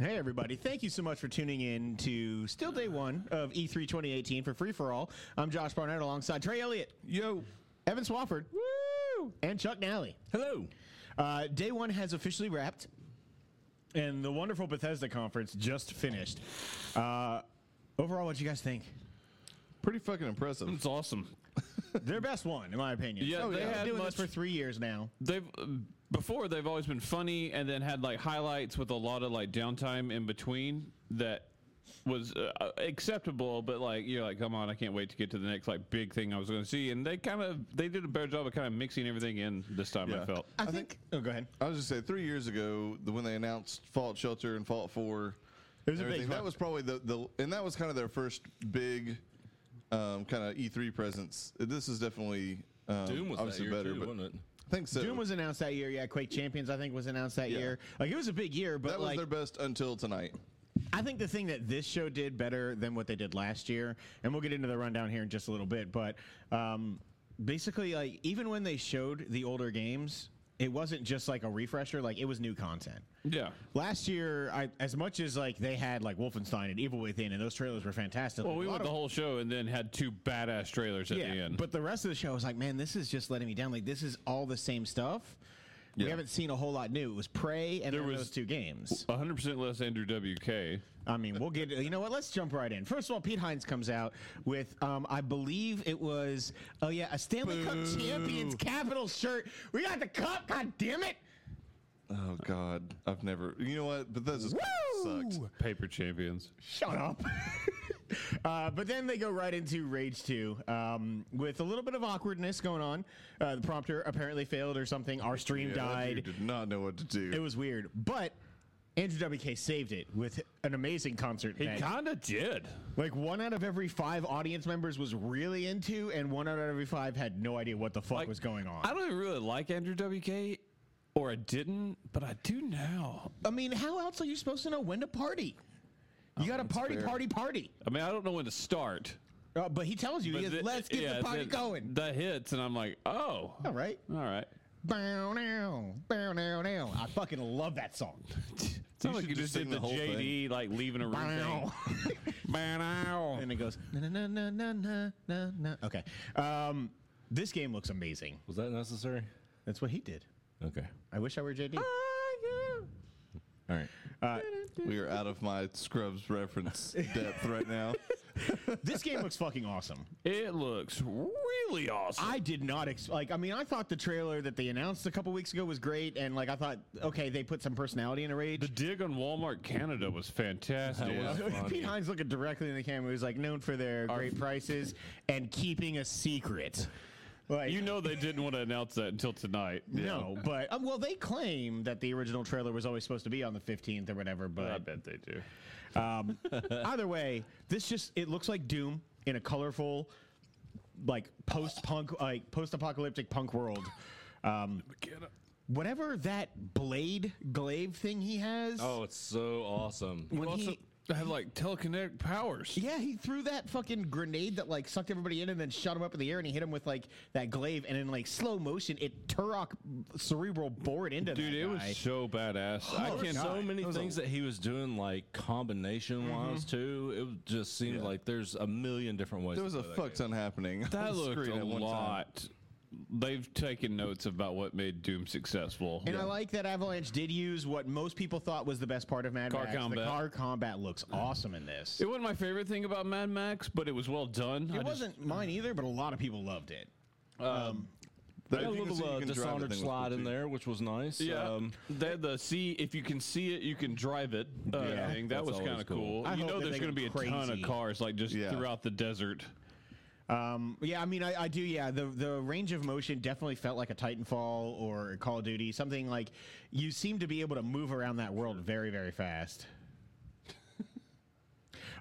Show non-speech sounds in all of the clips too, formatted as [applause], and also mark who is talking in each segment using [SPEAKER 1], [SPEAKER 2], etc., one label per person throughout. [SPEAKER 1] Hey, everybody. Thank you so much for tuning in to still day one of E E3 2018 for Free For All. I'm Josh Barnett alongside Trey Elliott,
[SPEAKER 2] Yo.
[SPEAKER 1] Evan Swafford, Woo! and Chuck Nally.
[SPEAKER 2] Hello.
[SPEAKER 1] Uh, day one has officially wrapped, and the wonderful Bethesda conference just finished. Uh, overall, what do you guys [laughs] think?
[SPEAKER 3] Pretty fucking impressive.
[SPEAKER 4] [laughs]
[SPEAKER 2] It's awesome.
[SPEAKER 1] Their best one, in my opinion.
[SPEAKER 2] Yeah,
[SPEAKER 1] Oh, They've
[SPEAKER 2] they
[SPEAKER 1] been
[SPEAKER 2] had
[SPEAKER 1] doing this for
[SPEAKER 2] much-
[SPEAKER 1] three years now.
[SPEAKER 2] They've uh, before they've always been funny and then had like highlights with a lot of like downtime in between that was uh, acceptable, but like you're like, come on, I can't wait to get to the next like big thing I was going to see. And they kind of they did a better job of kind of mixing everything in this time. I
[SPEAKER 3] Yeah.
[SPEAKER 2] felt.
[SPEAKER 1] I, think, Oh, go ahead.
[SPEAKER 3] I was just say three years ago the, when they announced Fallout Shelter and Fallout Four.
[SPEAKER 1] It was a
[SPEAKER 3] everything,
[SPEAKER 1] big
[SPEAKER 3] that
[SPEAKER 1] one.
[SPEAKER 3] was probably the, the and that was kind of their first big um, kind of E3 presence. This is definitely um,
[SPEAKER 4] Doom was that
[SPEAKER 3] obviously
[SPEAKER 4] year
[SPEAKER 3] better,
[SPEAKER 4] too,
[SPEAKER 3] but
[SPEAKER 4] wasn't it?
[SPEAKER 3] I think so.
[SPEAKER 1] Doom was announced that year. Yeah, Quake Champions, I think, was announced that
[SPEAKER 3] Yeah.
[SPEAKER 1] year. Like, it was a big year, but
[SPEAKER 3] that was
[SPEAKER 1] like,
[SPEAKER 3] their best until tonight.
[SPEAKER 1] I think the thing that this show did better than what they did last year, and we'll get into the rundown here in just a little bit, but um, basically, like even when they showed the older games, it wasn't just like a refresher; like it was new content.
[SPEAKER 2] Yeah.
[SPEAKER 1] Last year, I, as much as like they had like Wolfenstein and Evil Within, and those trailers were fantastic.
[SPEAKER 2] Well,
[SPEAKER 1] like,
[SPEAKER 2] we
[SPEAKER 1] a lot
[SPEAKER 2] went the
[SPEAKER 1] of-
[SPEAKER 2] whole show and then had two badass trailers at the
[SPEAKER 1] yeah,
[SPEAKER 2] end.
[SPEAKER 1] but the rest of the show I was like, man, this is just letting me down. Like this is all the same stuff. We
[SPEAKER 3] Yeah.
[SPEAKER 1] haven't seen a whole lot new. It was Prey and
[SPEAKER 2] There
[SPEAKER 1] then
[SPEAKER 2] was-
[SPEAKER 1] those two games.
[SPEAKER 2] 100% less Andrew WK.
[SPEAKER 1] I mean, we'll get. You know what? Let's jump right in. First of all, Pete Hines comes out with, um, I believe it was, oh yeah, a Stanley Cup Champions Capital shirt. We got the cup. God damn it!
[SPEAKER 3] Oh God, I've never. You know what? Bethesda's
[SPEAKER 1] Woo!
[SPEAKER 3] sucks.
[SPEAKER 2] Paper champions.
[SPEAKER 1] Shut up. [laughs] Uh, but then they go right into Rage 2 um, with a little bit of awkwardness going on. Uh, the prompter apparently failed or something. Our stream
[SPEAKER 3] Yeah, that
[SPEAKER 1] died.
[SPEAKER 3] dude Did not know what to do.
[SPEAKER 1] It was weird. But Andrew WK saved it with an amazing concert.
[SPEAKER 2] He
[SPEAKER 1] that-
[SPEAKER 2] kind of did.
[SPEAKER 1] Like one out of every five audience members was really into, and one out of every five had no idea what the fuck was going on.
[SPEAKER 2] I
[SPEAKER 1] I,
[SPEAKER 2] don't even really like Andrew WK, or I didn't, but I do now.
[SPEAKER 1] mean, how else are you supposed to know when to party? You got to party,
[SPEAKER 3] fair.
[SPEAKER 1] party, party.
[SPEAKER 2] I mean, I don't know when to start.
[SPEAKER 1] Uh, but he tells you,
[SPEAKER 2] but
[SPEAKER 1] he goes,
[SPEAKER 2] th-
[SPEAKER 1] let's get
[SPEAKER 2] yeah,
[SPEAKER 1] the party
[SPEAKER 2] th-
[SPEAKER 1] going.
[SPEAKER 2] That hits, and I'm like, oh,
[SPEAKER 1] All right.
[SPEAKER 2] all right.
[SPEAKER 1] Bow now, bow now, now. I fucking love that song.
[SPEAKER 2] It's not like
[SPEAKER 3] should
[SPEAKER 2] you
[SPEAKER 3] just
[SPEAKER 2] just did
[SPEAKER 3] sing
[SPEAKER 2] the,
[SPEAKER 3] the whole
[SPEAKER 2] JD like leaving a room.
[SPEAKER 1] Bow.
[SPEAKER 2] Bow.
[SPEAKER 1] and it goes na na na na na na na. Okay. Um, this game looks amazing.
[SPEAKER 4] Was that necessary?
[SPEAKER 1] That's what he did.
[SPEAKER 4] Okay.
[SPEAKER 1] I wish I were JD.
[SPEAKER 4] All right.
[SPEAKER 1] Uh,
[SPEAKER 3] we are out of my
[SPEAKER 1] [laughs]
[SPEAKER 3] Scrubs reference depth right now.
[SPEAKER 1] this game looks fucking awesome.
[SPEAKER 2] It looks really awesome.
[SPEAKER 1] I did not ex- like. I mean, I thought the trailer that they announced a couple weeks ago was great, and like I thought, okay, they put some personality in a
[SPEAKER 2] the
[SPEAKER 1] rage.
[SPEAKER 2] dig on Walmart Canada was fantastic.
[SPEAKER 4] That
[SPEAKER 1] [laughs]
[SPEAKER 4] was-
[SPEAKER 1] Pete Hines looking directly in the camera, who's like known for their great prices and keeping a secret. Like
[SPEAKER 2] You know they didn't want to announce that until tonight.
[SPEAKER 1] no, but um, well, they claim that the original trailer was always supposed to be on the fifteenth or whatever.
[SPEAKER 2] I
[SPEAKER 1] But
[SPEAKER 2] bet they do.
[SPEAKER 1] um, either way, this just it looks like Doom in a colorful, like post punk, like post apocalyptic punk world. Um, whatever that blade glaive thing he has.
[SPEAKER 4] Oh, it's so awesome.
[SPEAKER 2] You
[SPEAKER 1] When
[SPEAKER 2] also have like telekinetic powers.
[SPEAKER 1] Yeah, he threw that fucking grenade that like sucked everybody in and then shot him up in the air and he hit him with like that glaive and in like slow motion it Turok cerebral bored into
[SPEAKER 2] Dude,
[SPEAKER 1] that
[SPEAKER 2] it was
[SPEAKER 1] guy.
[SPEAKER 2] so badass.
[SPEAKER 4] I
[SPEAKER 2] I
[SPEAKER 4] can
[SPEAKER 2] can't.
[SPEAKER 4] so many things that he was doing, like combination wise too. It just seemed like there's a million different ways.
[SPEAKER 3] There was
[SPEAKER 4] to
[SPEAKER 3] a
[SPEAKER 4] play that
[SPEAKER 3] fuck
[SPEAKER 4] game.
[SPEAKER 3] ton happening.
[SPEAKER 2] That
[SPEAKER 3] on the
[SPEAKER 2] looked
[SPEAKER 3] screen
[SPEAKER 2] a
[SPEAKER 3] at one time.
[SPEAKER 2] lot. They've taken notes about what made Doom successful.
[SPEAKER 1] and I like that Avalanche did use what most people thought was the best part of Mad
[SPEAKER 2] Car
[SPEAKER 1] Max. The
[SPEAKER 2] combat.
[SPEAKER 1] car combat looks awesome in this.
[SPEAKER 2] It wasn't my favorite thing about Mad Max, but it was well done. I
[SPEAKER 1] It
[SPEAKER 2] just-
[SPEAKER 1] wasn't mine either, but a lot of people loved it.
[SPEAKER 3] That
[SPEAKER 4] Had
[SPEAKER 3] you
[SPEAKER 4] a
[SPEAKER 3] can
[SPEAKER 4] little
[SPEAKER 3] see you
[SPEAKER 4] uh,
[SPEAKER 3] can drive the
[SPEAKER 4] dishonored
[SPEAKER 3] thing was
[SPEAKER 4] slide
[SPEAKER 3] cool,
[SPEAKER 4] in
[SPEAKER 3] too.
[SPEAKER 4] there, which was
[SPEAKER 2] [laughs]
[SPEAKER 4] nice.
[SPEAKER 2] yeah,
[SPEAKER 4] Um,
[SPEAKER 2] they had the see if you can see it, you can drive it. Uh,
[SPEAKER 1] Yeah.
[SPEAKER 2] thing. that
[SPEAKER 4] That's
[SPEAKER 2] was
[SPEAKER 4] always
[SPEAKER 2] kind of cool.
[SPEAKER 4] cool.
[SPEAKER 1] I
[SPEAKER 2] You
[SPEAKER 1] hope
[SPEAKER 2] know,
[SPEAKER 1] that
[SPEAKER 2] there's
[SPEAKER 1] they
[SPEAKER 2] going to
[SPEAKER 1] go
[SPEAKER 2] be a ton of
[SPEAKER 1] crazy.
[SPEAKER 2] cars like just
[SPEAKER 3] Yeah.
[SPEAKER 2] throughout the desert.
[SPEAKER 1] Um, yeah, I mean, I, I do. Yeah, the the range of motion definitely felt like a Titanfall or a Call of Duty, something like you seem to be able to move around that world very, very fast. [laughs]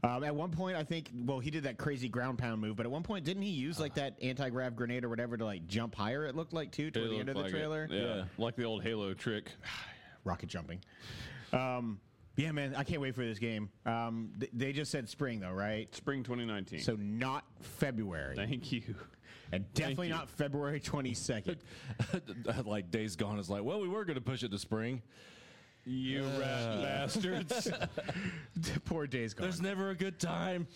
[SPEAKER 1] um, at one point, I think, well, he did that crazy ground pound move, but at one point, didn't he use like that anti grav grenade or whatever to like jump higher? It looked like too
[SPEAKER 2] It
[SPEAKER 1] toward the
[SPEAKER 2] looked
[SPEAKER 1] end of the
[SPEAKER 2] like it.
[SPEAKER 1] trailer.
[SPEAKER 2] Yeah. like the old Halo trick.
[SPEAKER 1] rocket jumping. Um, yeah, man, I can't wait for this game. Um, th- they just said spring though, right?
[SPEAKER 2] Spring 2019.
[SPEAKER 1] So not February,
[SPEAKER 2] thank you.
[SPEAKER 1] and definitely
[SPEAKER 2] you.
[SPEAKER 1] not
[SPEAKER 2] [laughs]
[SPEAKER 1] February twenty second.
[SPEAKER 4] like Days Gone is like, well, we were going to push it to spring.
[SPEAKER 2] You
[SPEAKER 1] [laughs]
[SPEAKER 2] rat bastards.
[SPEAKER 1] Poor days gone.
[SPEAKER 4] There's never a good time.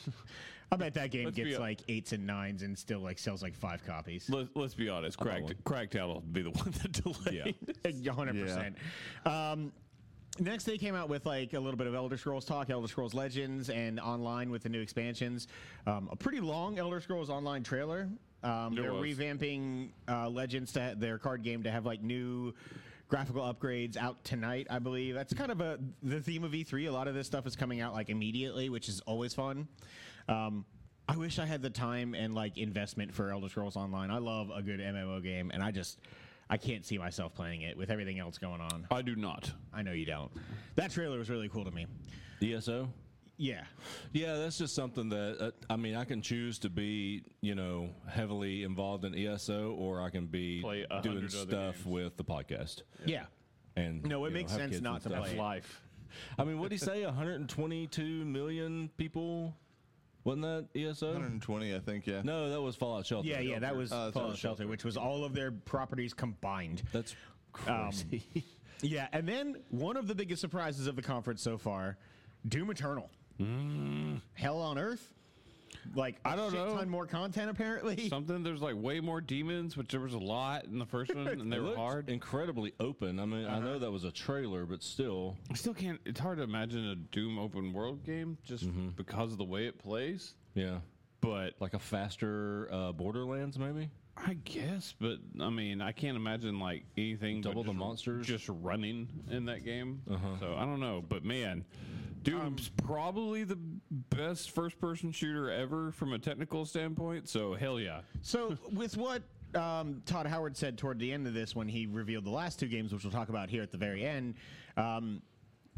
[SPEAKER 1] I bet that game
[SPEAKER 2] Let's be
[SPEAKER 1] gets
[SPEAKER 2] a-
[SPEAKER 1] like eights and nines and still like sells like five copies. [laughs]
[SPEAKER 2] Let's, let's be honest. Cracked, cracked out will be the [laughs] one that delayed.
[SPEAKER 1] hundred percent. Um, next, they came out with like a little bit of Elder Scrolls talk, Elder Scrolls Legends, and online with the new expansions. Um, a pretty long Elder Scrolls Online trailer. Um,
[SPEAKER 2] There
[SPEAKER 1] they're
[SPEAKER 2] was.
[SPEAKER 1] revamping uh, Legends to ha- their card game to have like new graphical upgrades out tonight, I believe. That's kind of a the theme of E3. A lot of this stuff is coming out like immediately, which is always fun. Um, I wish I had the time and like investment for Elder Scrolls Online. I love a good MMO game, and I just I can't see myself playing it with everything else going on.
[SPEAKER 2] I do not.
[SPEAKER 1] I know you don't. That trailer was really cool to me.
[SPEAKER 4] ESO.
[SPEAKER 1] Yeah,
[SPEAKER 4] Yeah, that's just something that uh, I mean. I can choose to be, you know, heavily involved in ESO, or I can be
[SPEAKER 2] Play a
[SPEAKER 4] doing
[SPEAKER 2] hundred other
[SPEAKER 4] stuff
[SPEAKER 2] games.
[SPEAKER 4] with the podcast.
[SPEAKER 1] yeah.
[SPEAKER 4] And
[SPEAKER 1] No, it
[SPEAKER 4] you
[SPEAKER 1] makes
[SPEAKER 4] have
[SPEAKER 1] sense
[SPEAKER 4] kids
[SPEAKER 1] not
[SPEAKER 4] and
[SPEAKER 1] to
[SPEAKER 4] stuff.
[SPEAKER 1] play it.
[SPEAKER 2] Life.
[SPEAKER 4] [laughs] I mean, what do you say? 122 million people. Wasn't that ESO?
[SPEAKER 3] 120, I think. Yeah.
[SPEAKER 4] No, that was Fallout Shelter.
[SPEAKER 1] Yeah, yeah, that was
[SPEAKER 3] Uh,
[SPEAKER 1] Fallout
[SPEAKER 3] Fallout
[SPEAKER 1] Shelter, which was all of their properties combined.
[SPEAKER 4] That's crazy.
[SPEAKER 1] [laughs] Yeah, and then one of the biggest surprises of the conference so far, Doom Eternal. Hell on Earth. Like I
[SPEAKER 2] don't know.
[SPEAKER 1] ton more content apparently.
[SPEAKER 2] Something, there's like way more demons, which there was a lot in the first one, and they
[SPEAKER 4] It
[SPEAKER 2] were
[SPEAKER 4] looked
[SPEAKER 2] hard. Uh-huh.
[SPEAKER 4] incredibly open. I mean, I know that was a trailer, but still,
[SPEAKER 2] I still can't, it's hard to imagine a Doom open world game just because of the way it plays.
[SPEAKER 4] yeah,
[SPEAKER 2] But
[SPEAKER 4] Mm-hmm. like a faster uh, Borderlands, maybe.
[SPEAKER 2] I guess, but I mean, I can't imagine like anything but
[SPEAKER 4] Double the
[SPEAKER 2] just-
[SPEAKER 4] monsters? Uh-huh.
[SPEAKER 2] just running in that game. So I don't know, but man, Doom's probably the best first-person shooter ever from a technical standpoint. So hell yeah,
[SPEAKER 1] So, with what um, Todd Howard said toward the end of this, when he revealed the last two games, which we'll talk about here at the very end, um,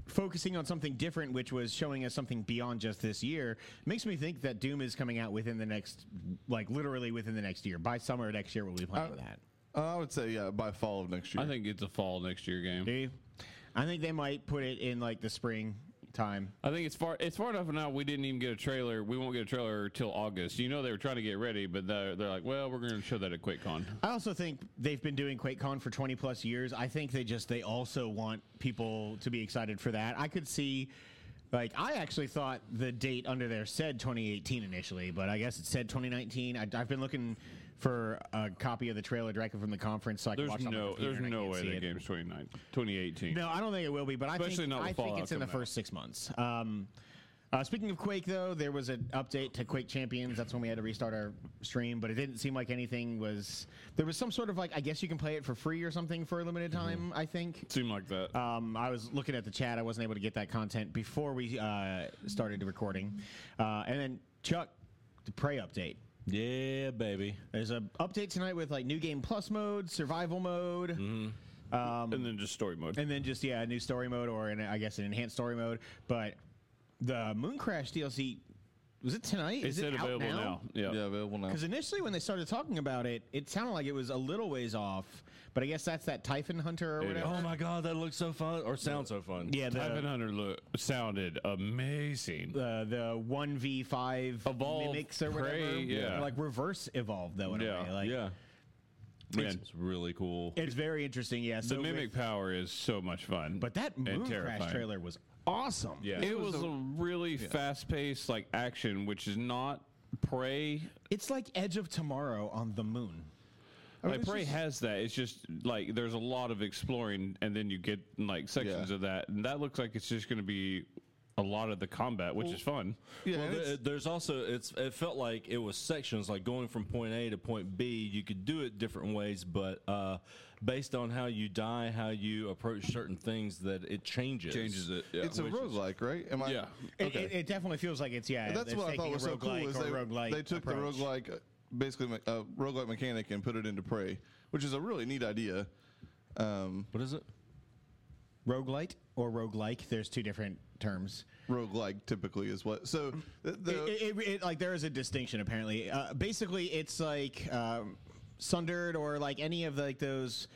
[SPEAKER 1] focusing on something different, which was showing us something beyond just this year, makes me think that Doom is coming out within the next, like literally within the next year. By summer next year, we'll be playing with that.
[SPEAKER 3] Uh, I would say yeah by fall of next year.
[SPEAKER 2] I think it's a fall next year game.
[SPEAKER 1] Do you? I think they might put it in like the spring time.
[SPEAKER 2] I think it's far it's far enough now. We didn't even get a trailer. We won't get a trailer till August. You know they were trying to get ready, but they're, they're like, well, we're going to show that at QuakeCon.
[SPEAKER 1] I also think they've been doing QuakeCon for 20 plus years. I think they just they also want people to be excited for that. I could see like I actually thought the date under there said 2018 initially, but I guess it said 2019. I, I've been looking for a copy of the trailer directly from the conference, so I can
[SPEAKER 2] There's
[SPEAKER 1] watch it on my
[SPEAKER 2] no
[SPEAKER 1] computer
[SPEAKER 2] there's
[SPEAKER 1] and I
[SPEAKER 2] no
[SPEAKER 1] can't
[SPEAKER 2] way
[SPEAKER 1] see
[SPEAKER 2] that
[SPEAKER 1] it.
[SPEAKER 2] game's 29, 2018.
[SPEAKER 1] No, I don't think it will be, but I
[SPEAKER 2] Especially
[SPEAKER 1] think,
[SPEAKER 2] not with
[SPEAKER 1] I think
[SPEAKER 2] Fallout
[SPEAKER 1] it's in the
[SPEAKER 2] coming out.
[SPEAKER 1] first six months. Um, uh, speaking of Quake, though, there was an update to Quake Champions. That's when we had to restart our stream, but it didn't seem like anything was. There was some sort of like, I guess you can play it for free or something for a limited
[SPEAKER 2] Mm-hmm.
[SPEAKER 1] time, I think.
[SPEAKER 2] Seemed like that.
[SPEAKER 1] Um, I was looking at the chat. I wasn't able to get that content before we uh, started the recording. Uh, and then, Chuck, the Prey update.
[SPEAKER 4] Yeah, baby.
[SPEAKER 1] There's a update tonight with like new game plus mode, survival mode.
[SPEAKER 2] Mm-hmm. and then just story mode.
[SPEAKER 1] Um, and then just yeah, a new story mode or an, I guess an enhanced story mode. But the Moon Crash DLC was it tonight?
[SPEAKER 2] It
[SPEAKER 1] Is
[SPEAKER 2] said
[SPEAKER 1] it out
[SPEAKER 2] available now. Yeah.
[SPEAKER 3] yeah, available now.
[SPEAKER 1] Because initially, when they started talking about it, it sounded like it was a little ways off. But I guess that's that Typhon Hunter or
[SPEAKER 2] It
[SPEAKER 1] whatever.
[SPEAKER 4] Oh my god, that looks so fun or sounds so fun.
[SPEAKER 1] Yeah,
[SPEAKER 2] Typhon
[SPEAKER 1] the
[SPEAKER 2] Hunter look, sounded amazing.
[SPEAKER 1] uh, the the one v five
[SPEAKER 2] Evolve,
[SPEAKER 1] mimics or
[SPEAKER 2] Prey,
[SPEAKER 1] whatever.
[SPEAKER 2] yeah.
[SPEAKER 1] like reverse evolved though. In
[SPEAKER 2] Yeah,
[SPEAKER 1] a way. like
[SPEAKER 4] yeah.
[SPEAKER 2] Man,
[SPEAKER 4] It's really cool.
[SPEAKER 1] it's very interesting. Yeah, so
[SPEAKER 2] the
[SPEAKER 1] with-
[SPEAKER 2] mimic power is so much fun.
[SPEAKER 1] but that Moon Crash
[SPEAKER 2] terrifying.
[SPEAKER 1] trailer was awesome.
[SPEAKER 3] yeah,
[SPEAKER 2] it was, a, really fast-paced like action, which is not Prey.
[SPEAKER 1] it's like Edge of Tomorrow on the moon. I mean,
[SPEAKER 2] Like
[SPEAKER 1] it's
[SPEAKER 2] Prey
[SPEAKER 1] just-
[SPEAKER 2] has that. It's just like there's a lot of exploring, and then you get like sections
[SPEAKER 3] Yeah.
[SPEAKER 2] of that, and that looks like it's just going to be a lot of the combat, which is fun.
[SPEAKER 3] yeah,
[SPEAKER 4] well,
[SPEAKER 3] and
[SPEAKER 4] th-
[SPEAKER 3] it's-
[SPEAKER 4] there's also it's it felt like it was sections like going from point A to point B. You could do it different ways, but uh, based on how you die, how you approach certain things, that it changes.
[SPEAKER 2] it.
[SPEAKER 3] it's a roguelike, right? Am I?
[SPEAKER 2] yeah.
[SPEAKER 1] It, it, it definitely feels like it's yeah.
[SPEAKER 3] That's
[SPEAKER 1] it's
[SPEAKER 3] what I
[SPEAKER 1] taking
[SPEAKER 3] thought
[SPEAKER 1] a
[SPEAKER 3] was so cool
[SPEAKER 1] roguelike
[SPEAKER 3] is
[SPEAKER 1] or
[SPEAKER 3] they,
[SPEAKER 1] roguelike
[SPEAKER 3] they took
[SPEAKER 1] approach.
[SPEAKER 3] the roguelike, uh, basically me- uh, roguelike mechanic and put it into Prey, which is a really neat idea. Um,
[SPEAKER 4] What is it?
[SPEAKER 1] roguelite or roguelike. There's two different terms.
[SPEAKER 3] roguelike typically is what. So the, the
[SPEAKER 1] it, it, it- it- like there is a distinction apparently. Uh, basically, it's like um, Sundered or like any of like those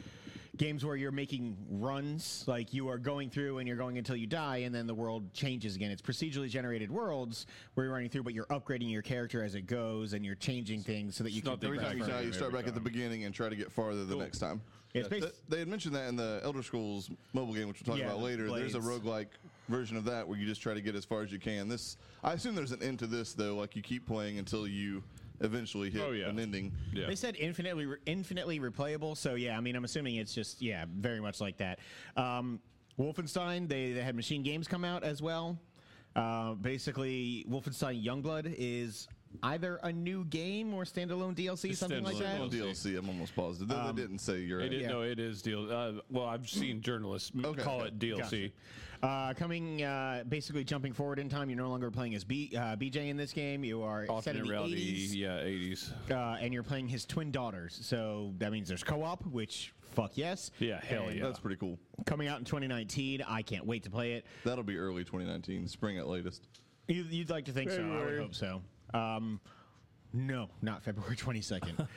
[SPEAKER 1] games where you're making runs, like you are going through and you're going until you die, and then the world changes again. It's procedurally generated worlds where you're running through, but you're upgrading your character as it goes and you're changing things so that you can
[SPEAKER 2] not the
[SPEAKER 1] progress
[SPEAKER 2] exact
[SPEAKER 1] further.
[SPEAKER 3] Now you start back at the beginning and try to get farther the next time.
[SPEAKER 1] It's basi-
[SPEAKER 3] They had mentioned that in the Elder Scrolls mobile game, which we'll talk
[SPEAKER 1] Yeah,
[SPEAKER 3] about later. There's a
[SPEAKER 1] Blades.
[SPEAKER 3] roguelike version of that where you just try to get as far as you can. This, I assume, there's an end to this though. Like you keep playing until you eventually hit
[SPEAKER 2] Oh, yeah.
[SPEAKER 3] an ending.
[SPEAKER 2] Yeah.
[SPEAKER 1] They said infinitely, re- infinitely replayable. So yeah, I mean, I'm assuming it's just yeah, very much like that. Um, Wolfenstein, they, they had Machine Games come out as well. Uh, basically, Wolfenstein Youngblood is either a new game or standalone DLC, something like
[SPEAKER 2] standalone
[SPEAKER 1] that.
[SPEAKER 3] Well,
[SPEAKER 2] DLC.
[SPEAKER 3] DLC. I'm almost positive. They, they didn't say you're.
[SPEAKER 2] It
[SPEAKER 3] Right.
[SPEAKER 2] is,
[SPEAKER 1] Yeah.
[SPEAKER 2] No, it is deal. Uh, well, I've seen journalists m
[SPEAKER 3] Okay.
[SPEAKER 2] call it DLC.
[SPEAKER 1] Uh, coming, uh, basically jumping forward in time. You're no longer playing as B, uh, BJ in this game. You are set in
[SPEAKER 2] Alternate
[SPEAKER 1] the
[SPEAKER 2] reality,
[SPEAKER 1] 80s,
[SPEAKER 2] yeah, 80s.
[SPEAKER 1] uh, and you're playing his twin daughters. So that means there's co-op, which fuck yes.
[SPEAKER 2] Yeah, hell
[SPEAKER 1] And
[SPEAKER 2] yeah.
[SPEAKER 3] That's pretty cool.
[SPEAKER 1] Coming out in 2019. I can't wait to play it.
[SPEAKER 3] That'll be early 2019, spring at latest.
[SPEAKER 1] You, you'd like to think so. I would
[SPEAKER 2] February.
[SPEAKER 1] hope so. Um, no, not February [laughs] 22nd.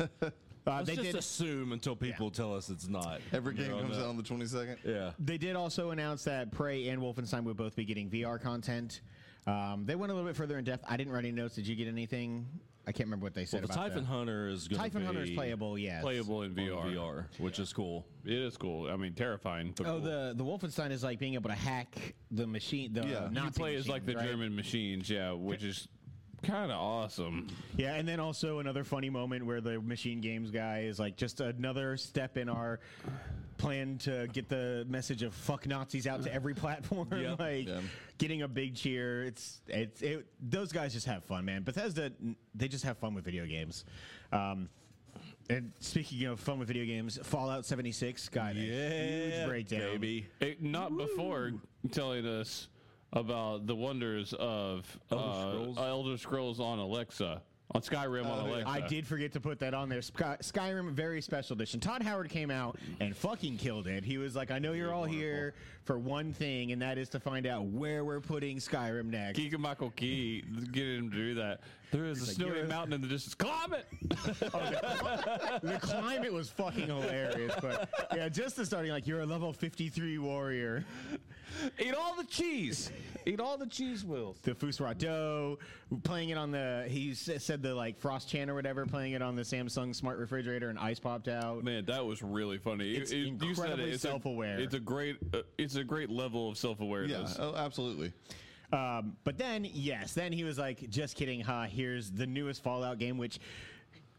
[SPEAKER 1] uh,
[SPEAKER 4] Let's
[SPEAKER 1] they
[SPEAKER 4] just
[SPEAKER 1] did.
[SPEAKER 4] assume until people tell us it's not.
[SPEAKER 3] Every game
[SPEAKER 4] know,
[SPEAKER 3] comes
[SPEAKER 4] no.
[SPEAKER 3] out on the 22nd.
[SPEAKER 4] Yeah.
[SPEAKER 1] They did also announce that Prey and Wolfenstein would both be getting VR content. Um, they went a little bit further in depth. I didn't write any notes. Did you get anything? I can't remember what they said
[SPEAKER 4] Well, the
[SPEAKER 1] about
[SPEAKER 4] Typhon
[SPEAKER 1] that.
[SPEAKER 4] Hunter is going to be
[SPEAKER 1] Typhon Hunter is playable. Yes.
[SPEAKER 2] Playable in
[SPEAKER 4] on
[SPEAKER 2] VR.
[SPEAKER 4] VR, which is cool.
[SPEAKER 2] It is cool. I mean, terrifying. But
[SPEAKER 1] Oh,
[SPEAKER 2] cool.
[SPEAKER 1] the the Wolfenstein is like being able to hack the machine. The
[SPEAKER 3] Yeah.
[SPEAKER 1] yeah.
[SPEAKER 3] You
[SPEAKER 2] you play as like the
[SPEAKER 1] right?
[SPEAKER 2] German machines, yeah, which is kind of awesome.
[SPEAKER 1] Yeah, and then also another funny moment where the machine games guy is like just another step in our plan to get the message of fuck Nazis out to every [laughs] platform.
[SPEAKER 4] Yeah.
[SPEAKER 1] like
[SPEAKER 3] Yeah.
[SPEAKER 1] getting a big cheer. It's it's it, those guys just have fun, man. Bethesda they just have fun with video games. Um and speaking of fun with video games, Fallout 76 got a huge breakdown.
[SPEAKER 2] It, not before telling us about the wonders of Elder, uh,
[SPEAKER 4] Scrolls?
[SPEAKER 2] Elder Scrolls on Alexa, on Skyrim on Alexa.
[SPEAKER 1] Oh, I did forget to put that on there. Sky, Skyrim very special edition. Todd Howard came out and fucking killed it. He was like, "I know you're all here for one thing, and that is to find out where we're putting Skyrim next."
[SPEAKER 2] Geek and Michael Key, get him to do that. There is a snowy
[SPEAKER 1] you're-
[SPEAKER 2] mountain in the distance. Climb it!
[SPEAKER 1] the climate was fucking hilarious, but yeah, just the starting like you're a level 53 warrior.
[SPEAKER 2] Eat all the cheese. Eat all the cheese wheels.
[SPEAKER 1] The Fusrado, playing it on the he s- said the like Frost Chan or whatever, playing it on the Samsung smart refrigerator, and ice popped out.
[SPEAKER 2] Man, that was really funny.
[SPEAKER 1] It's incredibly
[SPEAKER 2] It's a-
[SPEAKER 1] self-aware. Uh,
[SPEAKER 2] It's a great, uh, it's a great level of self
[SPEAKER 3] Yeah,
[SPEAKER 2] awareness.
[SPEAKER 3] oh, absolutely.
[SPEAKER 1] Um, but then, yes, then he was like, just kidding, ha, here's the newest Fallout game, which,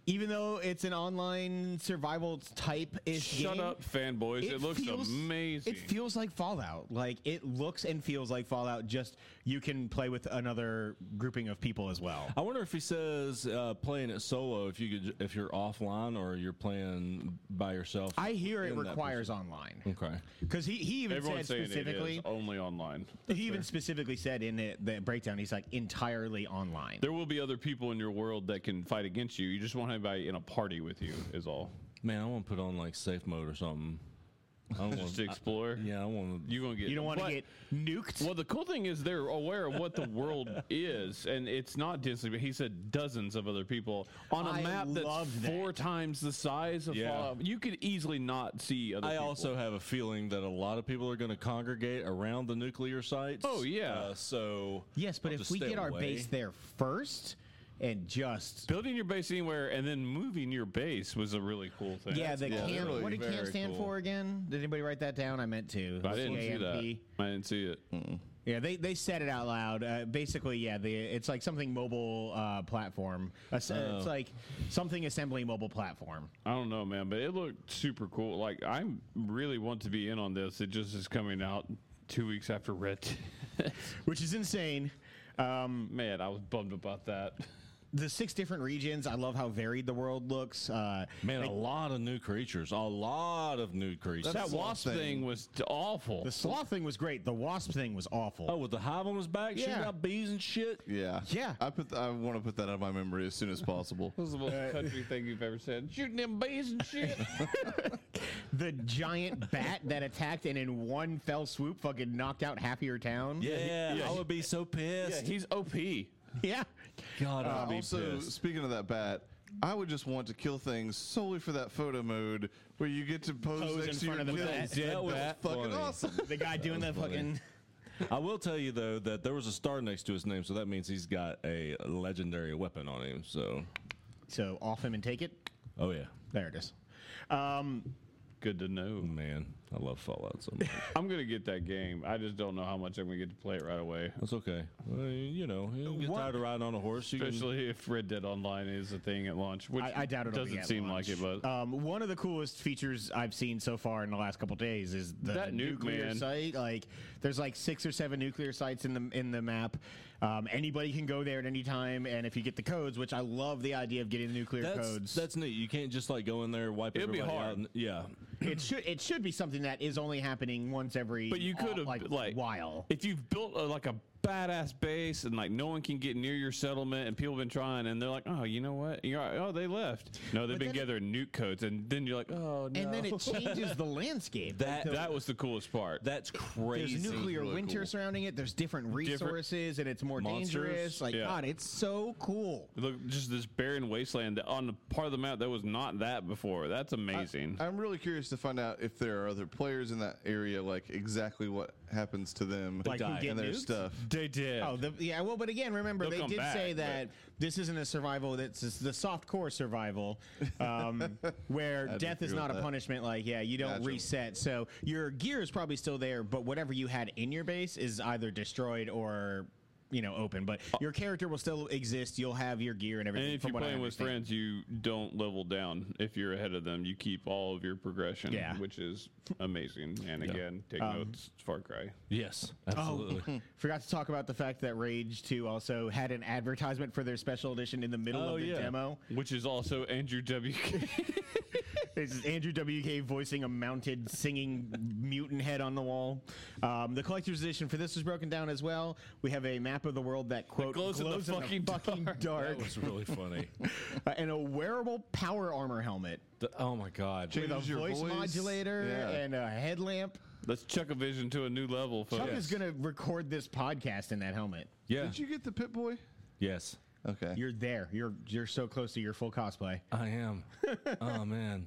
[SPEAKER 1] even though it's an online survival type ish
[SPEAKER 2] Shut up, fanboys! It, looks amazing.
[SPEAKER 1] It feels like Fallout. Like, it looks and feels like Fallout, just you can play with another grouping of people as well.
[SPEAKER 4] I wonder if he says uh, playing it solo. If you could, if you're offline or you're playing by yourself.
[SPEAKER 1] I hear it
[SPEAKER 4] in that
[SPEAKER 1] requires online.
[SPEAKER 4] person. Okay.
[SPEAKER 1] Because he, he even
[SPEAKER 2] Everyone's
[SPEAKER 1] said
[SPEAKER 2] saying
[SPEAKER 1] specifically.
[SPEAKER 2] it is Oh, only online.
[SPEAKER 1] He even specifically said in the, the breakdown, he's like entirely online.
[SPEAKER 2] There will be other people in your world that can fight against you. You just want anybody in a party with you, is all.
[SPEAKER 4] Man, I want to put on like safe mode or something. I
[SPEAKER 1] Oh,
[SPEAKER 4] don't
[SPEAKER 2] Just
[SPEAKER 4] want.
[SPEAKER 2] to explore.
[SPEAKER 4] yeah, I want to.
[SPEAKER 2] You gonna get.
[SPEAKER 1] You don't want
[SPEAKER 2] but-
[SPEAKER 1] to get nuked.
[SPEAKER 2] Well, the cool thing is they're aware of what the world is, and it's not Disney. But he said dozens of other people on a
[SPEAKER 1] I
[SPEAKER 2] map that's
[SPEAKER 1] love that.
[SPEAKER 2] four times the size of
[SPEAKER 4] Yeah.
[SPEAKER 2] Fallout. You could easily not see other.
[SPEAKER 4] I
[SPEAKER 2] people.
[SPEAKER 4] also have a feeling that a lot of people are going to congregate around the nuclear sites.
[SPEAKER 2] Oh, yeah.
[SPEAKER 4] Uh, so
[SPEAKER 1] Yes, but
[SPEAKER 4] I'll
[SPEAKER 1] if
[SPEAKER 4] just
[SPEAKER 1] we
[SPEAKER 4] stay
[SPEAKER 1] get our
[SPEAKER 4] away.
[SPEAKER 1] base there first and just
[SPEAKER 2] building your base anywhere and then moving your base was a really cool thing.
[SPEAKER 1] yeah, the
[SPEAKER 3] yeah,
[SPEAKER 1] cam.
[SPEAKER 3] really
[SPEAKER 1] what did cam
[SPEAKER 3] very
[SPEAKER 1] stand
[SPEAKER 3] cool.
[SPEAKER 1] for again? Did anybody write that down? I meant to.
[SPEAKER 2] I didn't see that.
[SPEAKER 1] CAMP.
[SPEAKER 2] I didn't see it.
[SPEAKER 1] Yeah, they, they said it out loud. Uh, basically, yeah, the, it's like something mobile uh, platform. As- It's like something assembly mobile platform.
[SPEAKER 2] I don't know, man, but it looked super cool. Like I really want to be in on this. It just is coming out two weeks after Red. Dead. [laughs]
[SPEAKER 1] which is insane. Um,
[SPEAKER 2] man, I was bummed about that.
[SPEAKER 1] the six different regions. I love how varied the world looks. Uh,
[SPEAKER 4] man, a lot of new creatures. A lot of new creatures.
[SPEAKER 2] that
[SPEAKER 3] Sloth
[SPEAKER 2] wasp thing,
[SPEAKER 3] thing.
[SPEAKER 2] was t- awful.
[SPEAKER 1] the sloth thing was great. The wasp thing was awful.
[SPEAKER 4] oh, with the hive on his back, shooting
[SPEAKER 1] Yeah.
[SPEAKER 4] out bees and shit.
[SPEAKER 3] Yeah,
[SPEAKER 1] Yeah.
[SPEAKER 3] I put. I want to put that out of my memory as soon as possible.
[SPEAKER 2] This is the most country thing you've ever said. Shooting them bees
[SPEAKER 1] [laughs]
[SPEAKER 2] and shit.
[SPEAKER 1] the giant bat that attacked and in one fell swoop fucking knocked out half of your town.
[SPEAKER 4] [laughs] Yeah, I would be so
[SPEAKER 2] yeah,
[SPEAKER 4] pissed.
[SPEAKER 2] he's OP.
[SPEAKER 1] [laughs] Yeah.
[SPEAKER 4] God, I'd be
[SPEAKER 3] also,
[SPEAKER 4] pissed.
[SPEAKER 3] speaking of that bat, I would just want to kill things solely for that photo mode where you get to pose,
[SPEAKER 1] Pose
[SPEAKER 3] next
[SPEAKER 1] in
[SPEAKER 3] to your
[SPEAKER 1] front of the
[SPEAKER 3] kill.
[SPEAKER 1] bat.
[SPEAKER 4] That was
[SPEAKER 3] That's fucking
[SPEAKER 4] funny.
[SPEAKER 3] awesome.
[SPEAKER 1] The guy doing the fucking.
[SPEAKER 4] I will tell you though that there was a star next to his name, so that means he's got a legendary weapon on him. So,
[SPEAKER 1] So off him and take it.
[SPEAKER 4] oh yeah,
[SPEAKER 1] There it is. Um,
[SPEAKER 2] Good to know.
[SPEAKER 4] man, I love Fallout so much.
[SPEAKER 2] I'm gonna get that game. I just don't know how much I'm gonna get to play it right away.
[SPEAKER 4] [laughs] That's okay. Well, you know, you get
[SPEAKER 1] What-
[SPEAKER 4] tired of riding on a horse. You can,
[SPEAKER 2] Especially if Red Dead Online is a thing at launch, which
[SPEAKER 1] I, I doubt it
[SPEAKER 2] doesn't seem like it, but
[SPEAKER 1] um, one of the coolest features I've seen so far in the last couple days is the
[SPEAKER 2] That nuke,
[SPEAKER 1] nuclear
[SPEAKER 2] man.
[SPEAKER 1] site. Like, there's like six or seven nuclear sites in the in the map. Um, anybody can go there at any time, and if you get the codes, which I love the idea of getting the nuclear
[SPEAKER 4] that's
[SPEAKER 1] codes.
[SPEAKER 4] that's neat. You can't just like go in there wipe
[SPEAKER 2] It'd be
[SPEAKER 4] everybody
[SPEAKER 2] hard.
[SPEAKER 4] out. and- yeah,
[SPEAKER 1] it should it should be something that is only happening once every.
[SPEAKER 2] But you
[SPEAKER 1] uh,
[SPEAKER 2] could have
[SPEAKER 1] like,
[SPEAKER 2] like, like
[SPEAKER 1] while.
[SPEAKER 2] if you've built a, like a badass base and like no one can get near your settlement and people have been trying and they're like, oh, you know what? You're like, oh, they left. No, they've been
[SPEAKER 1] then it-
[SPEAKER 2] gathering nuke codes, and then you're like, oh no.
[SPEAKER 1] and then it changes the landscape.
[SPEAKER 4] That-
[SPEAKER 1] the-
[SPEAKER 2] that was the coolest part.
[SPEAKER 4] that's crazy.
[SPEAKER 1] There's nuclear
[SPEAKER 3] really
[SPEAKER 1] winter
[SPEAKER 3] cool.
[SPEAKER 1] surrounding it. There's different resources, and it's more
[SPEAKER 4] monsters.
[SPEAKER 1] dangerous. Like
[SPEAKER 2] Yeah.
[SPEAKER 1] God, it's so cool.
[SPEAKER 2] Look, just this barren wasteland that on the part of the map that was not that before. That's amazing.
[SPEAKER 3] I'm really curious to find out if there are other players in that area, like exactly what happens to them
[SPEAKER 1] Like who
[SPEAKER 3] and
[SPEAKER 1] get
[SPEAKER 3] their
[SPEAKER 1] nuked?
[SPEAKER 3] stuff.
[SPEAKER 2] they did.
[SPEAKER 1] Oh, the, yeah. Well, but again, remember
[SPEAKER 2] They'll
[SPEAKER 1] they
[SPEAKER 2] come
[SPEAKER 1] did
[SPEAKER 2] back,
[SPEAKER 1] say
[SPEAKER 2] but-
[SPEAKER 1] that this isn't a survival. That's just the soft core survival,
[SPEAKER 2] [laughs]
[SPEAKER 1] um, where death is
[SPEAKER 3] agree
[SPEAKER 1] not a
[SPEAKER 3] with that.
[SPEAKER 1] punishment. Like, yeah, you don't
[SPEAKER 3] Gotcha.
[SPEAKER 1] reset, so your gear is probably still there, but whatever you had in your base is either destroyed or. You know, open, but your character will still exist. You'll have your gear and everything.
[SPEAKER 2] Uh, and if
[SPEAKER 1] from
[SPEAKER 2] you're
[SPEAKER 1] what I
[SPEAKER 2] playing with
[SPEAKER 1] understand.
[SPEAKER 2] friends, you don't level down. If you're ahead of them, you keep all of your progression,
[SPEAKER 1] Yeah. Um,
[SPEAKER 2] which is amazing. And again, take notes, Far Cry.
[SPEAKER 4] yes, absolutely.
[SPEAKER 1] Forgot to talk about the fact that Rage 2 also had an advertisement for their special edition in the middle
[SPEAKER 4] Oh,
[SPEAKER 1] of the
[SPEAKER 4] yeah.
[SPEAKER 1] demo.
[SPEAKER 2] Which is also Andrew W.K.
[SPEAKER 1] [laughs] This is Andrew WK voicing a mounted singing mutant head on the wall. Um, the collector's edition for this was broken down as well. We have a map of the world that quote
[SPEAKER 2] glows in the fucking
[SPEAKER 1] dark,
[SPEAKER 4] that was really funny.
[SPEAKER 1] uh, and a wearable power armor helmet
[SPEAKER 4] The- oh my god.
[SPEAKER 3] Changes
[SPEAKER 1] with a
[SPEAKER 3] your
[SPEAKER 1] voice,
[SPEAKER 3] voice.
[SPEAKER 1] modulator
[SPEAKER 3] Yeah.
[SPEAKER 1] and a headlamp.
[SPEAKER 2] Let's chuck a vision to a new level, folks.
[SPEAKER 1] Chuck is going to record this podcast in that helmet.
[SPEAKER 4] Yeah.
[SPEAKER 3] Did you get the Pit Boy?
[SPEAKER 4] yes.
[SPEAKER 3] Okay.
[SPEAKER 1] You're there. You're you're so close to your full cosplay.
[SPEAKER 4] I am. oh man.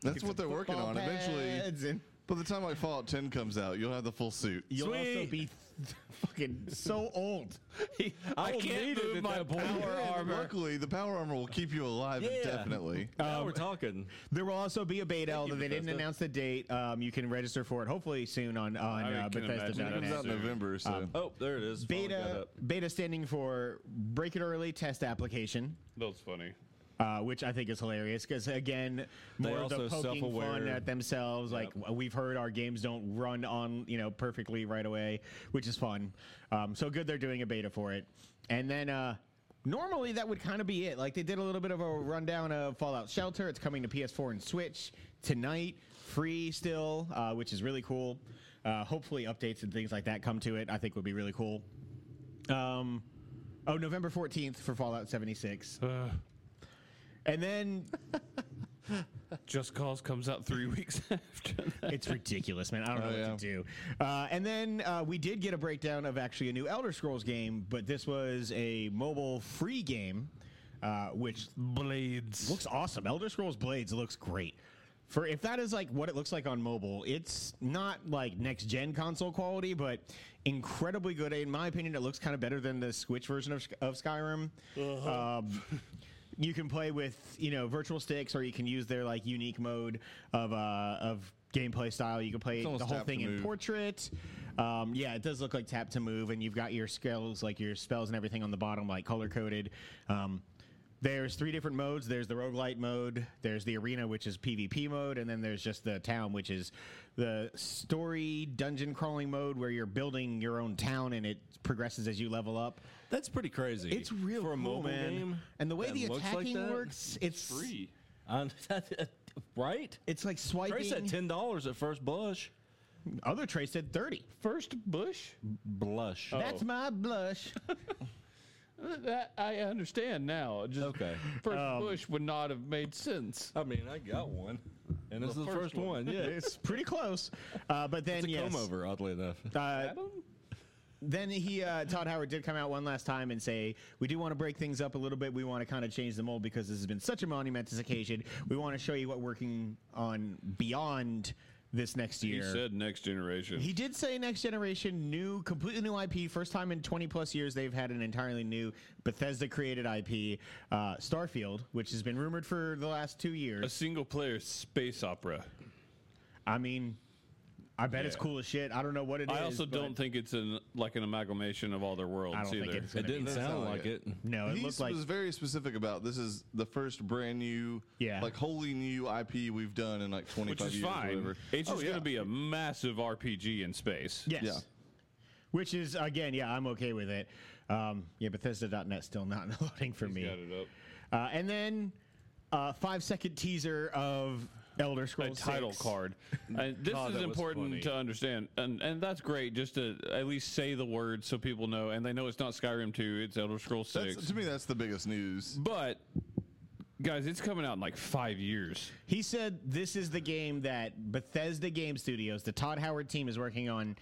[SPEAKER 3] That's what they're working
[SPEAKER 1] Football
[SPEAKER 3] on. Eventually,
[SPEAKER 1] pads and-
[SPEAKER 3] by the time like Fallout 10 comes out, you'll have the full suit.
[SPEAKER 1] You'll also
[SPEAKER 4] Sweet.
[SPEAKER 1] be [laughs] th- fucking so
[SPEAKER 2] [laughs]
[SPEAKER 1] old.
[SPEAKER 4] [laughs] I,
[SPEAKER 2] will need it at that point.
[SPEAKER 3] Yeah,
[SPEAKER 2] Power
[SPEAKER 3] but
[SPEAKER 2] armor.
[SPEAKER 3] Luckily, the power armor will keep you alive
[SPEAKER 4] Yeah.
[SPEAKER 3] indefinitely.
[SPEAKER 1] Um,
[SPEAKER 4] Now we're talking.
[SPEAKER 1] There will also be a beta, although they didn't
[SPEAKER 4] Bethesda.
[SPEAKER 1] announce the date. Um, you can register for it hopefully soon on on
[SPEAKER 2] I
[SPEAKER 1] uh,
[SPEAKER 2] can imagine
[SPEAKER 3] It
[SPEAKER 2] that
[SPEAKER 3] comes
[SPEAKER 1] Bethesda.net.
[SPEAKER 3] out in
[SPEAKER 2] Soon.
[SPEAKER 3] November, so
[SPEAKER 4] Oh, there it is. Finally got
[SPEAKER 1] Beta
[SPEAKER 4] up.
[SPEAKER 1] beta standing for Break It Early Test Application.
[SPEAKER 2] That's funny.
[SPEAKER 1] Uh, which I think is hilarious because again,
[SPEAKER 4] They
[SPEAKER 1] more of the
[SPEAKER 4] also
[SPEAKER 1] poking fun
[SPEAKER 4] self-aware.
[SPEAKER 1] at themselves. Like w- we've heard, our games don't run on you know perfectly right away, which is fun. Um, so good they're doing a beta for it. And then uh, normally that would kind of be it. Like they did a little bit of a rundown of Fallout Shelter. It's coming to PS4 and Switch tonight, free still, uh, which is really cool. Uh, hopefully updates and things like that come to it. I think would be really cool. Um, oh, November 14th for Fallout 76.
[SPEAKER 2] Uh.
[SPEAKER 1] And then
[SPEAKER 2] [laughs] Just Cause comes out three [laughs] weeks after that.
[SPEAKER 1] it's ridiculous, man. I don't know
[SPEAKER 3] Oh,
[SPEAKER 1] what
[SPEAKER 3] yeah.
[SPEAKER 1] to do. Uh, and then uh, we did get a breakdown of actually a new Elder Scrolls game, but this was a mobile free game, uh, which
[SPEAKER 2] Blades.
[SPEAKER 1] looks awesome. Elder Scrolls Blades looks great. For if that is like what it looks like on mobile, it's not like next gen console quality, but incredibly good. In my opinion, it looks kind of better than the Switch version of, Sk- of Skyrim. Um, you can play with you know virtual sticks, or you can use their like unique mode of uh, of gameplay style. You can play the
[SPEAKER 3] almost
[SPEAKER 1] whole
[SPEAKER 3] tap
[SPEAKER 1] thing
[SPEAKER 3] to
[SPEAKER 1] in
[SPEAKER 3] move.
[SPEAKER 1] portrait. Um, yeah, it does look like tap to move, and you've got your skills, like your spells and everything on the bottom, like color coded. Um, there's three different modes. There's the roguelite mode, there's the arena, which is PvP mode, and then there's just the town, which is the story dungeon crawling mode where you're building your own town and it progresses as you level up.
[SPEAKER 4] That's pretty crazy.
[SPEAKER 1] It's real
[SPEAKER 4] for a
[SPEAKER 1] cool,
[SPEAKER 4] mobile
[SPEAKER 1] man.
[SPEAKER 4] game.
[SPEAKER 1] And the way
[SPEAKER 4] that
[SPEAKER 1] the
[SPEAKER 4] looks like
[SPEAKER 1] attacking
[SPEAKER 4] that,
[SPEAKER 1] works, it's
[SPEAKER 2] Free.
[SPEAKER 4] I'm- [laughs] right?
[SPEAKER 1] It's like swiping.
[SPEAKER 4] Trace at ten dollars at first blush.
[SPEAKER 1] Other Trace said 30.
[SPEAKER 2] First Bush?
[SPEAKER 4] Blush.
[SPEAKER 1] That's my blush.
[SPEAKER 2] That Uh, I understand now. Just
[SPEAKER 4] Okay.
[SPEAKER 2] First
[SPEAKER 1] Um,
[SPEAKER 2] Bush would not have made sense.
[SPEAKER 4] I mean, I got one, and Oh. this is the first one. Yeah, it's
[SPEAKER 1] Pretty close. Uh, but then,
[SPEAKER 4] a
[SPEAKER 1] yes.
[SPEAKER 4] comb over, oddly enough.
[SPEAKER 1] Uh,
[SPEAKER 2] Adam?
[SPEAKER 1] then he uh, Todd Howard did come out one last time and say we do want to break things up a little bit. We want to kind of change the mold because this has been such a monumentous occasion. We want to show you what working on beyond this next
[SPEAKER 2] He
[SPEAKER 1] year.
[SPEAKER 2] said next generation.
[SPEAKER 1] He did say next generation, new, completely new IP. First time in 20 plus years they've had an entirely new Bethesda created IP, uh, Starfield, which has been rumored for the last two
[SPEAKER 2] a
[SPEAKER 1] years.
[SPEAKER 2] single player space opera.
[SPEAKER 1] I mean, I bet it's
[SPEAKER 2] Yeah.
[SPEAKER 1] cool as shit. I don't know what it is.
[SPEAKER 2] I also
[SPEAKER 1] but
[SPEAKER 2] don't think it's an like an amalgamation of all their worlds
[SPEAKER 1] I don't
[SPEAKER 2] either.
[SPEAKER 1] think it's
[SPEAKER 4] It
[SPEAKER 1] gonna
[SPEAKER 4] didn't
[SPEAKER 1] be.
[SPEAKER 4] sound like it.
[SPEAKER 1] No, it
[SPEAKER 3] he
[SPEAKER 1] looked like
[SPEAKER 3] was very specific about this is the first brand new,
[SPEAKER 1] Yeah.
[SPEAKER 3] like wholly new IP we've done in like 25
[SPEAKER 2] which is
[SPEAKER 3] years. or
[SPEAKER 2] fine.
[SPEAKER 3] whatever.
[SPEAKER 2] It's
[SPEAKER 3] Oh,
[SPEAKER 2] just
[SPEAKER 3] yeah.
[SPEAKER 2] going to be a massive RPG in space.
[SPEAKER 1] yes.
[SPEAKER 3] yeah.
[SPEAKER 1] Which is again, yeah, I'm okay with it. Um, yeah, Bethesda.net still not [laughs] loading for me.
[SPEAKER 2] Got it up.
[SPEAKER 1] Uh, and then uh, five second teaser of Elder
[SPEAKER 2] a
[SPEAKER 1] Scrolls
[SPEAKER 2] title
[SPEAKER 1] 6.
[SPEAKER 2] card. And this
[SPEAKER 5] Oh, that
[SPEAKER 2] is
[SPEAKER 5] was
[SPEAKER 2] important
[SPEAKER 5] funny.
[SPEAKER 2] to understand, and and that's great. Just to at least say the word so people know, and they know it's not Skyrim two, it's Elder Scrolls
[SPEAKER 3] That's-
[SPEAKER 2] six.
[SPEAKER 3] to me, that's the biggest news.
[SPEAKER 2] but guys, it's coming out in like five years.
[SPEAKER 1] He said this is the game that Bethesda Game Studios, the Todd Howard team, is working on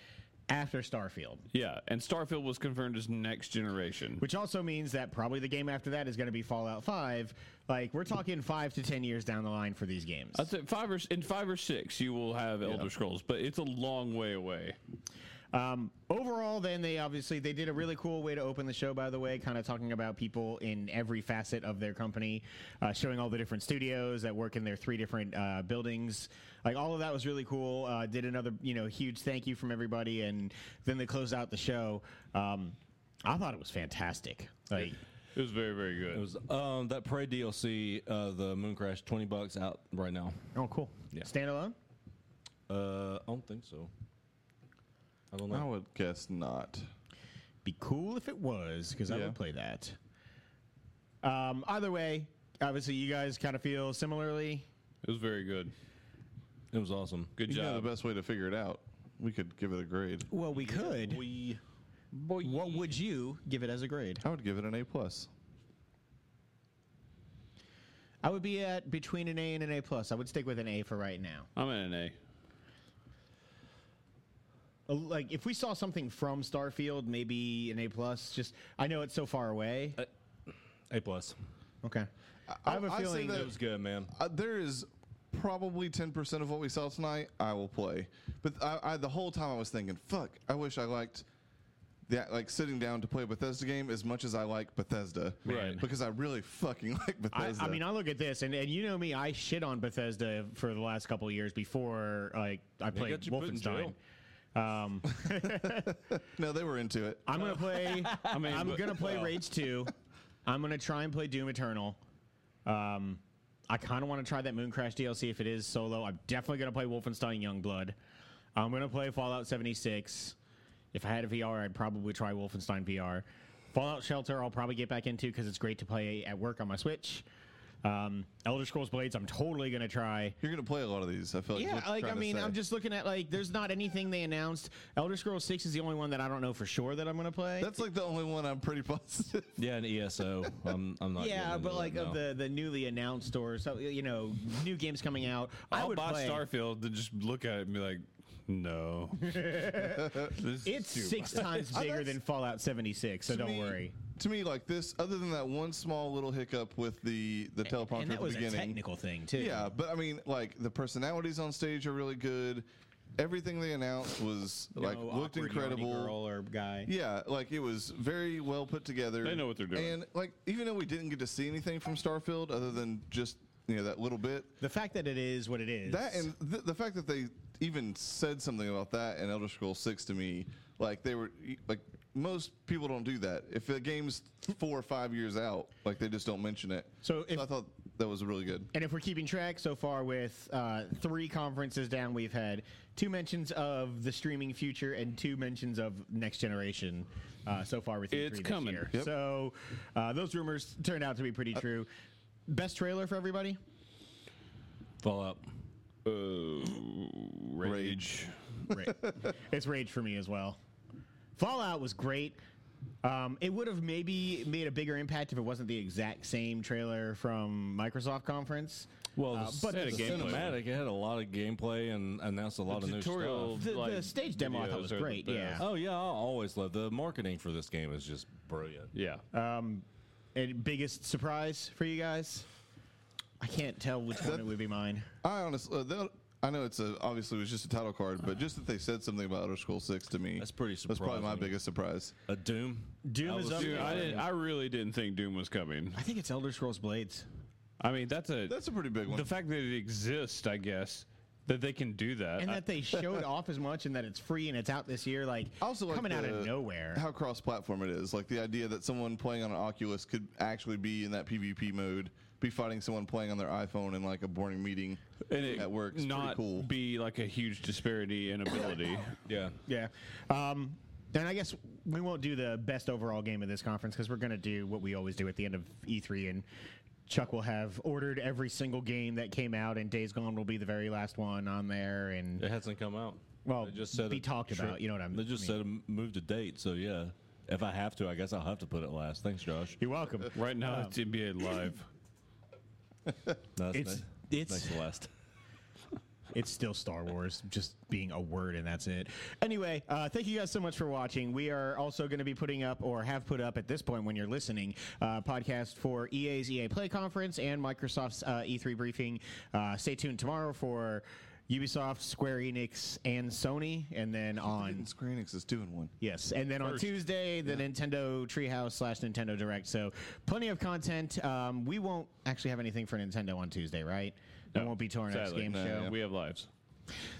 [SPEAKER 1] after Starfield,
[SPEAKER 2] Yeah, and Starfield was confirmed as next generation.
[SPEAKER 1] which also means that probably the game after that is going to be Fallout 5. Like, we're talking five to 10 years down the line for these games.
[SPEAKER 2] I'd say five or s- in five or six, you will have Elder Scrolls, but it's a long way away.
[SPEAKER 1] Um, overall, then they obviously they did a really cool way to open the show. By the way, kind of talking about people in every facet of their company, uh, showing all the different studios that work in their three different uh, buildings. Like all of that was really cool. Uh, did another you know huge thank you from everybody, and then they closed out the show. Um, I thought it was fantastic. Like
[SPEAKER 2] It was very very good.
[SPEAKER 4] It was um, that Prey DLC, uh, the Moon Crash, twenty bucks out right now.
[SPEAKER 1] oh cool, standalone.
[SPEAKER 4] Uh, I don't think so. I don't
[SPEAKER 3] I
[SPEAKER 4] know.
[SPEAKER 3] would guess not.
[SPEAKER 1] Be cool if it was, because I
[SPEAKER 3] Yeah.
[SPEAKER 1] would play that. Um, either way, obviously you guys kind of feel similarly.
[SPEAKER 2] it was very good.
[SPEAKER 4] It was awesome.
[SPEAKER 2] Good
[SPEAKER 3] You know
[SPEAKER 2] job.
[SPEAKER 3] the best way to figure it out. We could give it a grade.
[SPEAKER 1] Well, we could.
[SPEAKER 4] We
[SPEAKER 1] What would you give it as a grade?
[SPEAKER 3] I would give it an A plus.
[SPEAKER 1] I would be at between an A and an A plus. I would stick with an A for right now.
[SPEAKER 2] I'm in an A.
[SPEAKER 1] Uh, Like if we saw something from Starfield, maybe an A plus. Just I know it's so far away.
[SPEAKER 4] A plus.
[SPEAKER 1] Okay, I have a
[SPEAKER 3] I'd Uh, say
[SPEAKER 1] feeling.
[SPEAKER 3] that-
[SPEAKER 4] It was good, man.
[SPEAKER 3] Uh, there is probably 10% of what we saw tonight I will play. But I, I the whole time I was thinking, fuck, I wish I liked that like sitting down to play a Bethesda game as much as I like Bethesda.
[SPEAKER 2] Right.
[SPEAKER 3] Because I really fucking [laughs] like
[SPEAKER 1] I,
[SPEAKER 3] Bethesda.
[SPEAKER 1] I mean, I look at this, and, and you know me. I shit on Bethesda for the last couple of years before like I played
[SPEAKER 4] got you put in
[SPEAKER 1] Wolfenstein.
[SPEAKER 4] jail.
[SPEAKER 1] Um,
[SPEAKER 3] [laughs] no, they were into it.
[SPEAKER 1] I'm gonna play. [laughs] I
[SPEAKER 2] mean,
[SPEAKER 1] am
[SPEAKER 2] but-
[SPEAKER 1] gonna play
[SPEAKER 2] well.
[SPEAKER 1] Rage Two. I'm gonna try and play Doom Eternal. Um, I kind of want to try that Moon Crash DLC if it is solo. I'm definitely gonna play Wolfenstein Youngblood. I'm gonna play Fallout 76. If I had a VR, I'd probably try Wolfenstein VR. Fallout Shelter, I'll probably get back into because it's great to play at work on my Switch. Um, Elder Scrolls Blades, I'm totally gonna try.
[SPEAKER 3] You're gonna play a lot of these. I feel like. is
[SPEAKER 1] Yeah,
[SPEAKER 3] what you're
[SPEAKER 1] like I
[SPEAKER 3] trying to
[SPEAKER 1] mean,
[SPEAKER 3] say.
[SPEAKER 1] I'm just looking at like there's not anything they announced. Elder Scrolls Six is the only one that I don't know for sure that I'm gonna play.
[SPEAKER 3] That's like the only one I'm pretty [laughs] positive.
[SPEAKER 4] Yeah, an ESO. I'm, I'm not. getting
[SPEAKER 1] Yeah,
[SPEAKER 4] into
[SPEAKER 1] but
[SPEAKER 4] that
[SPEAKER 1] like
[SPEAKER 4] now.
[SPEAKER 1] of the the newly announced or so you know new games coming out. I
[SPEAKER 2] I'll
[SPEAKER 1] would
[SPEAKER 2] buy
[SPEAKER 1] play.
[SPEAKER 2] Starfield and just look at it and be like, no. This is
[SPEAKER 1] It's
[SPEAKER 2] stupid.
[SPEAKER 1] [laughs] six times bigger than Fallout 76, so
[SPEAKER 3] Oh, To
[SPEAKER 1] don't
[SPEAKER 3] me-
[SPEAKER 1] worry.
[SPEAKER 3] To me, like this, other than that one small little hiccup with the the teleprompter
[SPEAKER 1] And that
[SPEAKER 3] at the
[SPEAKER 1] was a
[SPEAKER 3] beginning,
[SPEAKER 1] technical thing too.
[SPEAKER 3] Yeah, but I mean, like the personalities on stage are really good. Everything they announced was
[SPEAKER 1] No
[SPEAKER 3] like looked
[SPEAKER 1] awkward yawny
[SPEAKER 3] incredible.
[SPEAKER 1] Girl or guy.
[SPEAKER 3] Yeah, like it was very well put together.
[SPEAKER 2] They know what they're doing.
[SPEAKER 3] And like, even though we didn't get to see anything from Starfield other than just you know that little bit,
[SPEAKER 1] The fact that it is what it is.
[SPEAKER 3] that and th- the fact that they even said something about that in Elder Scrolls Six to me, like they were like most people don't do that. If the game's four or five years out, like they just don't mention it.
[SPEAKER 1] So if-
[SPEAKER 3] I thought that was really good.
[SPEAKER 1] And if we're keeping track so far with uh, three conferences down, we've had two mentions of the streaming future and two mentions of next generation uh, so far with E3
[SPEAKER 2] It's
[SPEAKER 1] this
[SPEAKER 2] coming. Uh,
[SPEAKER 1] year.
[SPEAKER 3] Yep.
[SPEAKER 1] So uh, those rumors turned out to be pretty true. Best trailer for everybody?
[SPEAKER 4] Fallout.
[SPEAKER 2] Uh, rage. [laughs]
[SPEAKER 1] Ra- it's Rage for me as well. Fallout was great. Um, it would have maybe made a bigger impact if it wasn't the exact same trailer from Microsoft conference.
[SPEAKER 4] Well,
[SPEAKER 1] Uh,
[SPEAKER 4] the
[SPEAKER 1] but
[SPEAKER 2] set
[SPEAKER 1] it's
[SPEAKER 2] of
[SPEAKER 1] a
[SPEAKER 2] gameplay.
[SPEAKER 4] cinematic. It had a lot of gameplay and announced a lot of new
[SPEAKER 2] tutorial
[SPEAKER 4] stuff.
[SPEAKER 1] The- the
[SPEAKER 2] like,
[SPEAKER 1] stage demo I thought
[SPEAKER 2] videos
[SPEAKER 1] was
[SPEAKER 2] are the
[SPEAKER 1] great, yeah.
[SPEAKER 2] best.
[SPEAKER 4] Oh yeah, I always love the marketing for this game is just brilliant.
[SPEAKER 2] yeah.
[SPEAKER 1] Um, and biggest surprise for you guys? I can't tell which one it would be mine.
[SPEAKER 3] I honestly, uh, they'll- I know it's a, obviously it was just a title card, but just that they said something about Elder Scrolls Six to me,
[SPEAKER 4] That's pretty
[SPEAKER 3] That's probably my
[SPEAKER 4] surprising.
[SPEAKER 3] biggest surprise.
[SPEAKER 4] A Doom.
[SPEAKER 1] Doom
[SPEAKER 4] I
[SPEAKER 1] is
[SPEAKER 4] was-
[SPEAKER 1] up
[SPEAKER 2] Dude,
[SPEAKER 1] there.
[SPEAKER 2] I, didn't, I really didn't think Doom was coming.
[SPEAKER 1] I think it's Elder Scrolls Blades.
[SPEAKER 2] I mean, that's a
[SPEAKER 3] That's a pretty big one.
[SPEAKER 2] the fact that it exists, I guess, that they can do that. Uh,
[SPEAKER 1] And
[SPEAKER 2] I-
[SPEAKER 1] that they [laughs] showed off as much and that it's free and it's out this year, like
[SPEAKER 3] I also like
[SPEAKER 1] coming out
[SPEAKER 3] the-
[SPEAKER 1] of nowhere.
[SPEAKER 3] How cross-platform it is, like the idea that someone playing on an Oculus could actually be in that PvP mode, be fighting someone playing on their iPhone in like a boring meeting
[SPEAKER 2] and it
[SPEAKER 3] at work. It's pretty
[SPEAKER 2] not
[SPEAKER 3] cool.
[SPEAKER 2] be like a huge disparity in
[SPEAKER 1] [coughs]
[SPEAKER 2] ability.
[SPEAKER 4] Yeah.
[SPEAKER 1] yeah. Um, and I guess we won't do the best overall game of this conference because we're going to do what we always do at the end of E3. And Chuck will have ordered every single game that came out, and Days Gone will be the very last one on there. And
[SPEAKER 4] It hasn't come out.
[SPEAKER 1] Well,
[SPEAKER 4] They just said
[SPEAKER 1] be
[SPEAKER 4] it-
[SPEAKER 1] talked
[SPEAKER 4] sure.
[SPEAKER 1] about, you know what I
[SPEAKER 4] They just said m- move to date. So yeah, if I have to, I guess I'll have to put it last. Thanks, Josh.
[SPEAKER 1] you're welcome. Um,
[SPEAKER 2] right now, it's NBA Live.
[SPEAKER 4] No, that's
[SPEAKER 1] It's-
[SPEAKER 4] ni-
[SPEAKER 1] it's-
[SPEAKER 4] next to last.
[SPEAKER 1] It's still Star Wars, just being a word, and that's it. Anyway, uh, thank you guys so much for watching. We are also going to be putting up, or have put up at this point when you're listening, uh, podcast for E EA's EA Play Conference and Microsoft's uh, E3 briefing. Uh, stay tuned tomorrow for Ubisoft, Square Enix, and Sony, and then on
[SPEAKER 3] And Square Enix is doing one.
[SPEAKER 1] Yes, and then on Tuesday, the Nintendo Treehouse slash Nintendo Direct. So plenty of content. Um, we won't actually have anything for Nintendo on Tuesday, right? That won't be to our next
[SPEAKER 2] Sadly, Uh,
[SPEAKER 1] game show.
[SPEAKER 2] We have lives.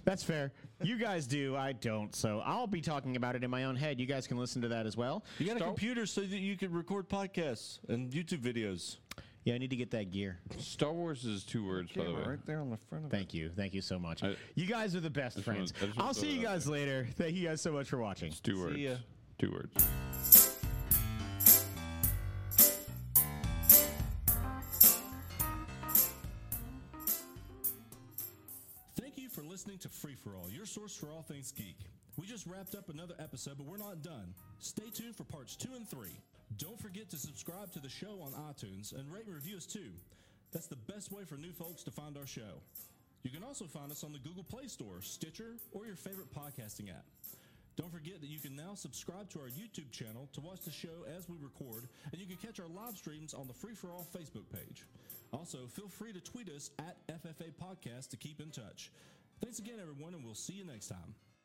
[SPEAKER 1] That's fair. You guys do, I don't. So I'll be talking about it in my own head. You guys can listen to that as well.
[SPEAKER 4] You got
[SPEAKER 2] Star-
[SPEAKER 4] a computer so that you could record podcasts and YouTube videos.
[SPEAKER 1] Yeah, I need to get that gear.
[SPEAKER 2] Star Wars is two words, by the way.
[SPEAKER 3] Camera right there on the front of it.
[SPEAKER 1] Thank you. Thank you so much.
[SPEAKER 2] I-
[SPEAKER 1] you guys are the best
[SPEAKER 2] wanna-
[SPEAKER 1] friends.
[SPEAKER 2] I just wanna
[SPEAKER 1] I'll
[SPEAKER 2] throw
[SPEAKER 1] see
[SPEAKER 2] that
[SPEAKER 1] you
[SPEAKER 2] out
[SPEAKER 1] guys later. Thank you guys so much for watching.
[SPEAKER 2] It's two
[SPEAKER 4] ya.
[SPEAKER 2] words. Two words.
[SPEAKER 5] Thank you for listening to Free For All, your source for all things geek. We just wrapped up another episode, but we're not done. Stay tuned for parts two and three. Don't forget to subscribe to the show on iTunes and rate and review us too. That's the best way for new folks to find our show. You can also find us on the Google Play Store, Stitcher, or your favorite podcasting app. Don't forget that you can now subscribe to our YouTube channel to watch the show as we record, and you can catch our live streams on the Free For All Facebook page. Also, feel free to tweet us at FFA Podcast to keep in touch. Thanks again, everyone, and we'll see you next time.